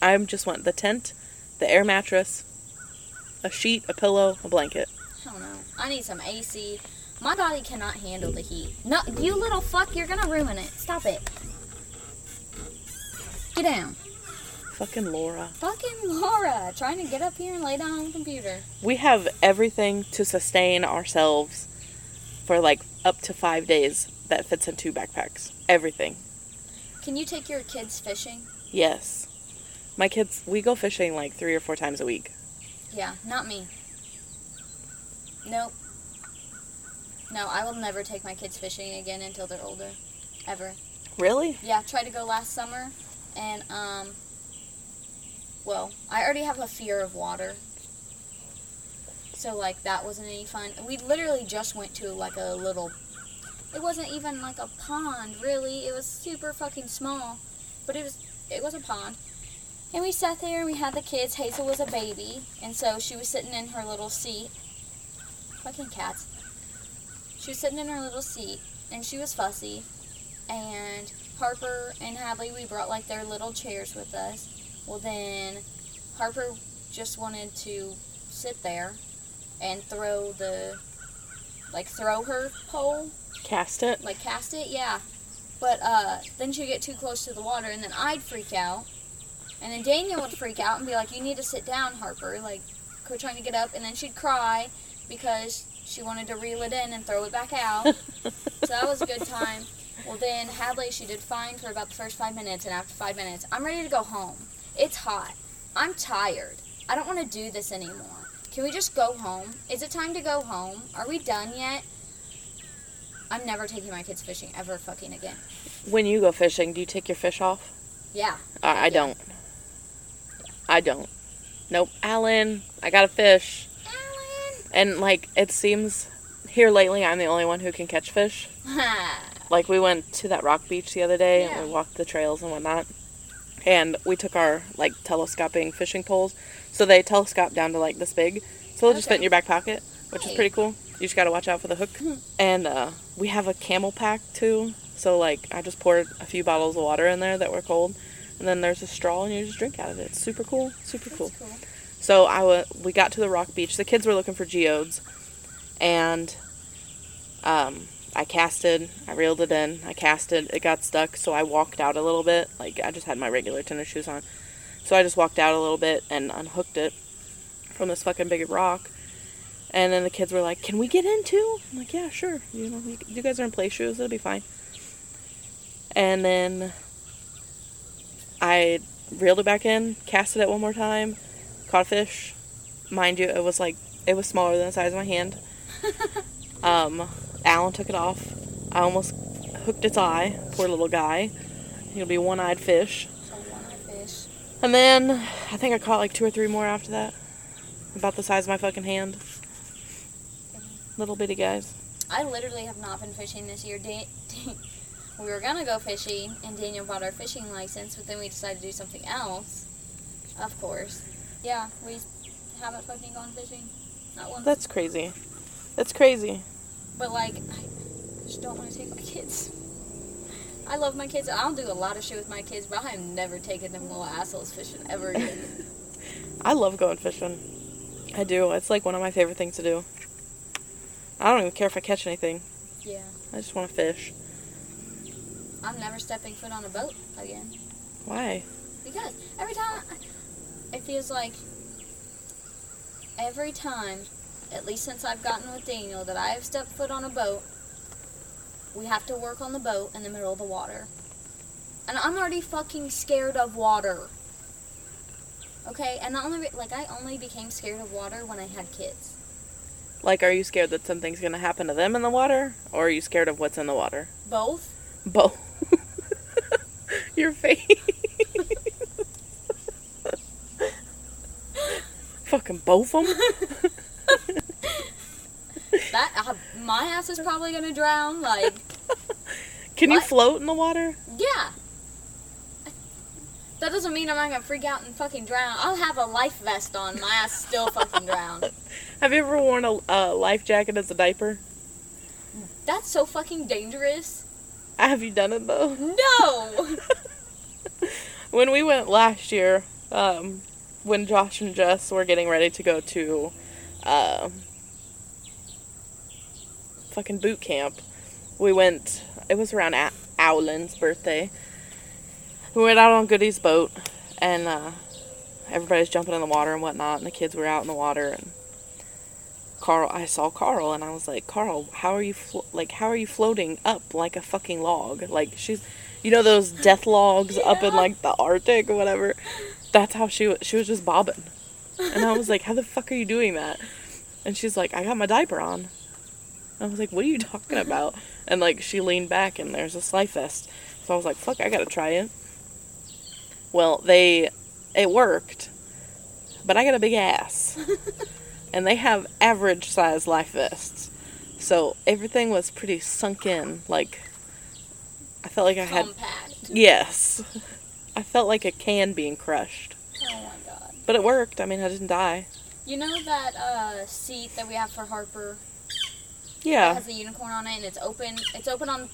I just want the tent, the air mattress, a sheet, a pillow, a blanket. I don't know. I need some AC. My body cannot handle the heat. No, you little fuck, you're gonna ruin it. Stop it. Get down. Fucking Laura. Fucking Laura, trying to get up here and lay down on the computer. We have everything to sustain ourselves for like up to five days that fits in two backpacks. Everything. Can you take your kids fishing? Yes. My kids, we go fishing like three or four times a week. Yeah, not me. Nope. No, I will never take my kids fishing again until they're older. Ever. Really? Yeah, tried to go last summer and um well, I already have a fear of water. So like that wasn't any fun. We literally just went to like a little it wasn't even like a pond really. It was super fucking small. But it was it was a pond. And we sat there and we had the kids. Hazel was a baby, and so she was sitting in her little seat. Fucking cats. She was sitting in her little seat and she was fussy and Harper and Hadley, we brought like their little chairs with us. Well, then Harper just wanted to sit there and throw the like throw her pole, Cast it? like cast it, yeah. But uh, then she'd get too close to the water, and then I'd freak out, and then Daniel would freak out and be like, "You need to sit down, Harper," like quit trying to get up, and then she'd cry because she wanted to reel it in and throw it back out. So that was a good time. Well, then Hadley, she did fine for about the first five minutes, and after five minutes, I'm ready to go home. It's hot. I'm tired. I don't want to do this anymore. Can we just go home? Is it time to go home? Are we done yet? I'm never taking my kids fishing ever fucking again. When you go fishing, do you take your fish off? Yeah. I, I don't. I don't. Nope. Alan, I got a fish. Alan! And like, it seems here lately, I'm the only one who can catch fish. Like, we went to that rock beach the other day Yeah. and we walked the trails and whatnot. And we took our like telescoping fishing poles. So they telescope down to like this big. So they'll just fit Okay. Hmm. in your back pocket, which Hey. is pretty cool. You just gotta watch out for the hook. and uh, we have a camel pack too. So like, I just poured a few bottles of water in there that were cold. And then there's a straw and you just drink out of it. It's super cool. Super cool. That's cool. So I wa we got to the rock beach. The kids were looking for geodes, and um, I casted, I reeled it in, I casted, it got stuck, so I walked out a little bit. Like I just had my regular tennis shoes on. So I just walked out a little bit and unhooked it from this fucking big rock. And then the kids were like, "Can we get in too?" I'm like, "Yeah, sure. You know, you, you guys are in play shoes. It'll be fine." And then I reeled it back in, casted it one more time, caught a fish. Mind you, it was like it was smaller than the size of my hand. um, Alan took it off. I almost hooked its eye. Poor little guy. He'll be one-eyed fish. So one eyed fish. And then I think I caught like two or three more after that, about the size of my fucking hand. Little bitty guys. I literally have not been fishing this year. Dan- Dan- we were gonna go fishing, and Daniel bought our fishing license, but then we decided to do something else. Of course. Yeah, we haven't fucking gone fishing. Not once. That's crazy. That's crazy. But like, I just don't want to take my kids. I love my kids. I'll do a lot of shit with my kids, but I am never taking them little assholes fishing ever again. I love going fishing. I do. It's like one of my favorite things to do. I don't even care if I catch anything. yeah, I just want to fish. I'm never stepping foot on a boat again Why? because every time it feels like every time, at least since I've gotten with Daniel, that I have stepped foot on a boat, we have to work on the boat in the middle of the water, and I'm already fucking scared of water. Okay, and the only re- like I only became scared of water when I had kids. Like, are you scared that something's gonna happen to them in the water, or are you scared of what's in the water? Both. Both. Your face. Fucking both of them. That uh, my ass is probably gonna drown. Like, Can you What? float in the water? yeah. That doesn't mean I'm not gonna freak out and fucking drown. I'll have a life vest on. My ass still fucking drown. Have you ever worn a uh, life jacket as a diaper? That's so fucking dangerous. Have you done it though? No. when we went last year, um, when Josh and Jess were getting ready to go to um fucking boot camp, we went. It was around A- Owlin's birthday. We went out on Goody's boat, and uh, everybody's jumping in the water and whatnot, and the kids were out in the water and. Carl, I saw Carl, and I was like, Carl, how are you, flo- like, how are you floating up like a fucking log? Like she's, you know, those death logs up in like the Arctic or whatever. That's how she was. She was just bobbing, and I was like, how the fuck are you doing that? And she's like, I got my diaper on. I was like, what are you talking about? And like she leaned back, and there's this life vest. So I was like, fuck, I gotta try it. Well, they, it worked, but I got a big ass and they have average size life vests. So everything was pretty sunk in. Like, I felt like I had. Compact. Yes. I felt like a can being crushed. Oh my god. But it worked. I mean, I didn't die. You know that uh, seat that we have for Harper that Yeah. has a unicorn on it, and it's open. It's open on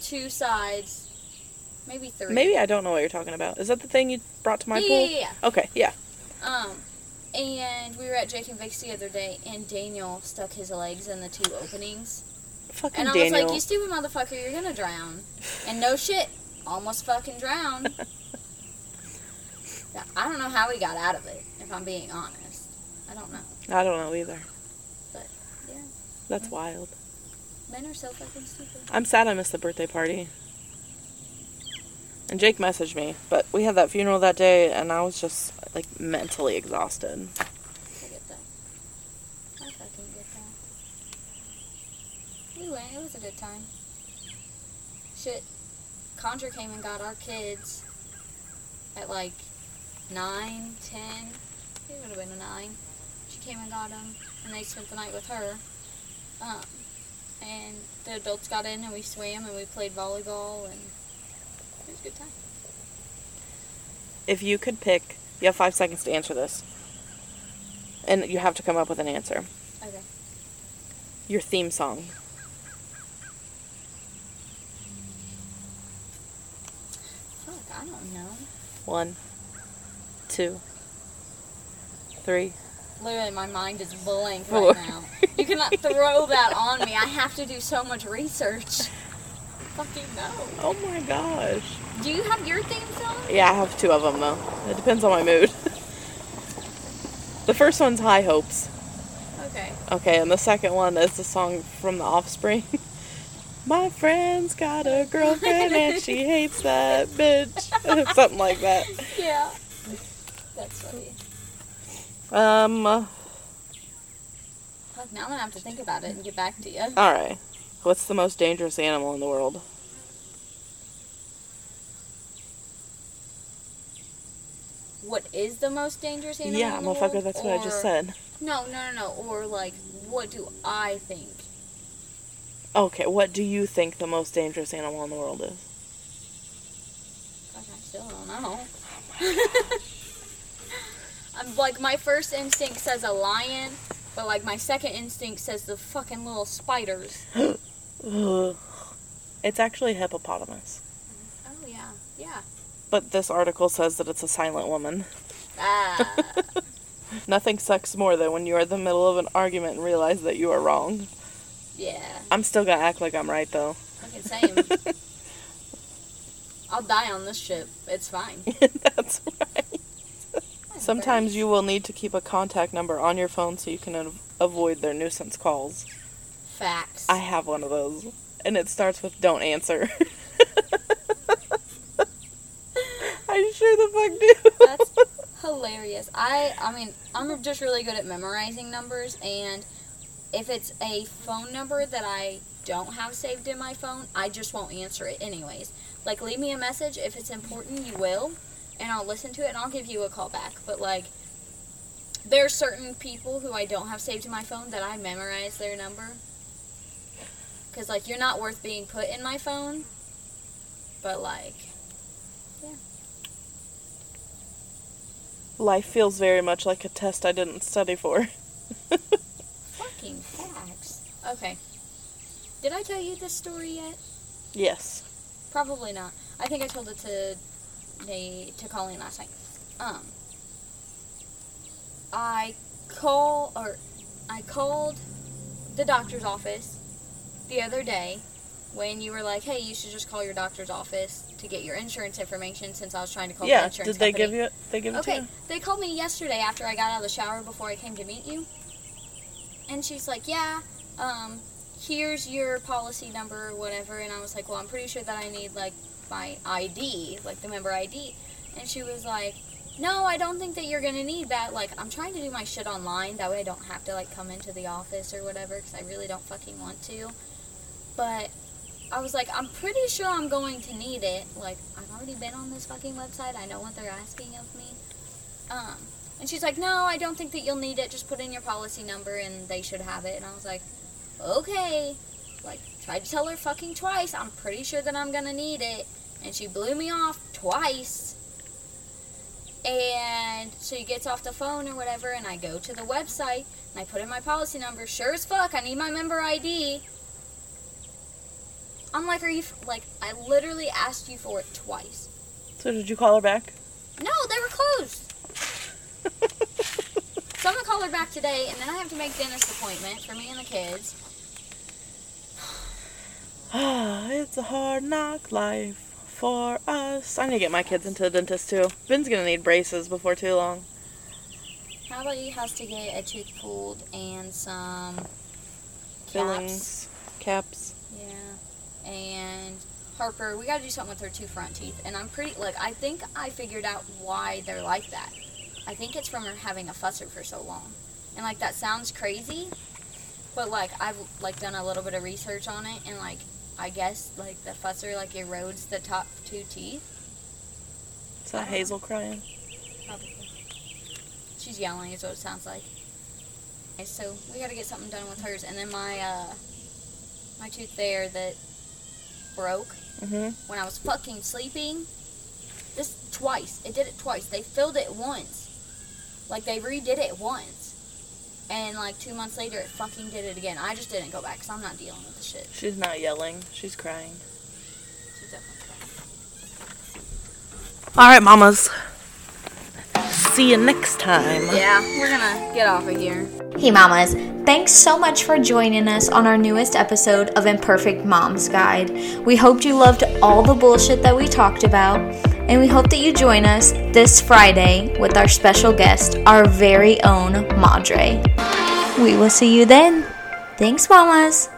two sides, maybe three. Maybe I don't know what you're talking about. Is that the thing you brought to my Yeah, pool? yeah, yeah. Okay, yeah. Um, and we were at Jake and Vic's the other day, and Daniel stuck his legs in the two openings, Fucking and I Daniel. was like, "You stupid motherfucker, you're gonna drown!" And no shit, almost fucking drowned. Now, I don't know how he got out of it. If I'm being honest, I don't know. I don't know either. But, yeah. That's wild. Men are so fucking stupid. I'm sad I missed the birthday party. And Jake messaged me, but we had that funeral that day, and I was just like mentally exhausted. I get that. I fucking get that. We went. It was a good time. Shit, Conjure came and got our kids at like nine, ten. It would have been a nine. She came and got them, and they spent the night with her. Um, and the adults got in, and we swam, and we played volleyball, and it was a good time. If you could pick, you have five seconds to answer this. And you have to come up with an answer. Okay. Your theme song. Fuck, I don't know. One, two, three. Literally, my mind is blank Four. right now. You cannot throw that on me. I have to do so much research. Fucking no. Oh my gosh. Do you have your theme song? Yeah, I have two of them though. It depends on my mood. the first one's High Hopes. Okay. Okay, and the second one is the song from The Offspring. My friend's got a girlfriend and she hates that bitch. Something like that. Yeah. That's funny. Um, Fuck, now I'm gonna have to think about it and get back to you. alright. What's the most dangerous animal in the world? What is the most dangerous animal? yeah, in the motherfucker, world, that's what I just or- said. No, no, no, no. Or like, what do I think? Okay, what do you think the most dangerous animal in the world is? Fuck, I still don't know. I'm like my first instinct says a lion, but like my second instinct says the fucking little spiders. Ugh. It's actually hippopotamus. Oh yeah, yeah. But this article says that it's a silent woman. Ah, Nothing sucks more than when you are in the middle of an argument and realize that you are wrong. yeah. I'm still gonna act like I'm right though. Fucking same. I'll die on this ship. It's fine. That's right. Sometimes you will need to keep a contact number on your phone so you can av- avoid their nuisance calls. Facts. I have one of those, and it starts with "Don't answer." I sure the fuck do. That's hilarious. I I mean, I'm just really good at memorizing numbers and if it's a phone number that I don't have saved in my phone, I just won't answer it anyways. Like leave me a message if it's important, you will, and I'll listen to it and I'll give you a call back. But like there's certain people who I don't have saved in my phone that I memorize their number. Cuz like you're not worth being put in my phone. But like Life feels very much like a test I didn't study for. Fucking facts. Okay. Did I tell you this story yet? yes. Probably not. I think I told it to Nate, to Colleen last night. Um, I call or I called the doctor's office the other day when you were like, "Hey, you should just call your doctor's office to get your insurance information." Since I was trying to call the Yeah. insurance Did they company. give you? It? They give it to Okay, you? they called me yesterday after I got out of the shower before I came to meet you. And she's like, Yeah, um, here's your policy number or whatever. And I was like, Well, I'm pretty sure that I need, like, my ID, like the member ID. And she was like, No, I don't think that you're going to need that. Like, I'm trying to do my shit online. That way I don't have to, like, come into the office or whatever because I really don't fucking want to. But I was like, I'm pretty sure I'm going to need it. Like, I've already been on this fucking website. I know what they're asking of me. Um, and she's like, No, I don't think that you'll need it. Just put in your policy number and they should have it. And I was like, Okay. Like, tried to tell her fucking twice. I'm pretty sure that I'm gonna need it. And she blew me off twice. And she gets off the phone or whatever, and I go to the website and I put in my policy number. Sure as fuck, I need my member ID. I'm like, are you f- like? I literally asked you for it twice. So did you call her back? No, they were closed. so I'm gonna call her back today, and then I have to make dinner's appointment for me and the kids. Ah, it's a hard knock life for us. I need to get my kids into the dentist too. Ben's gonna need braces before too long. How about you has to get a tooth pulled and some caps. Fillings, caps. Yeah. And Harper, we gotta do something with her two front teeth. And I'm pretty like I think I figured out why they're like that. I think it's from her having a fusser for so long. And like that sounds crazy, but like I've like done a little bit of research on it and like I guess like the fusser like erodes the top two teeth. Is that Hazel crying? Probably. She's yelling is what it sounds like. Okay, so we gotta get something done with hers and then my uh my tooth there that broke Mm-hmm. when I was fucking sleeping. This twice. It did it twice. They filled it once. Like they redid it once. And like two months later, it fucking did it again. I just didn't go back because I'm not dealing with the shit. She's not yelling. She's crying. She's definitely fine. All right, mamas. See you next time. Yeah, we're gonna get off of here. Hey, mamas, Thanks so much for joining us on our newest episode of Imperfect Mom's Guide. We hoped you loved all the bullshit that we talked about, and we hope that you join us this Friday with our special guest, our very own Madre. We will see you then. Thanks, mamas.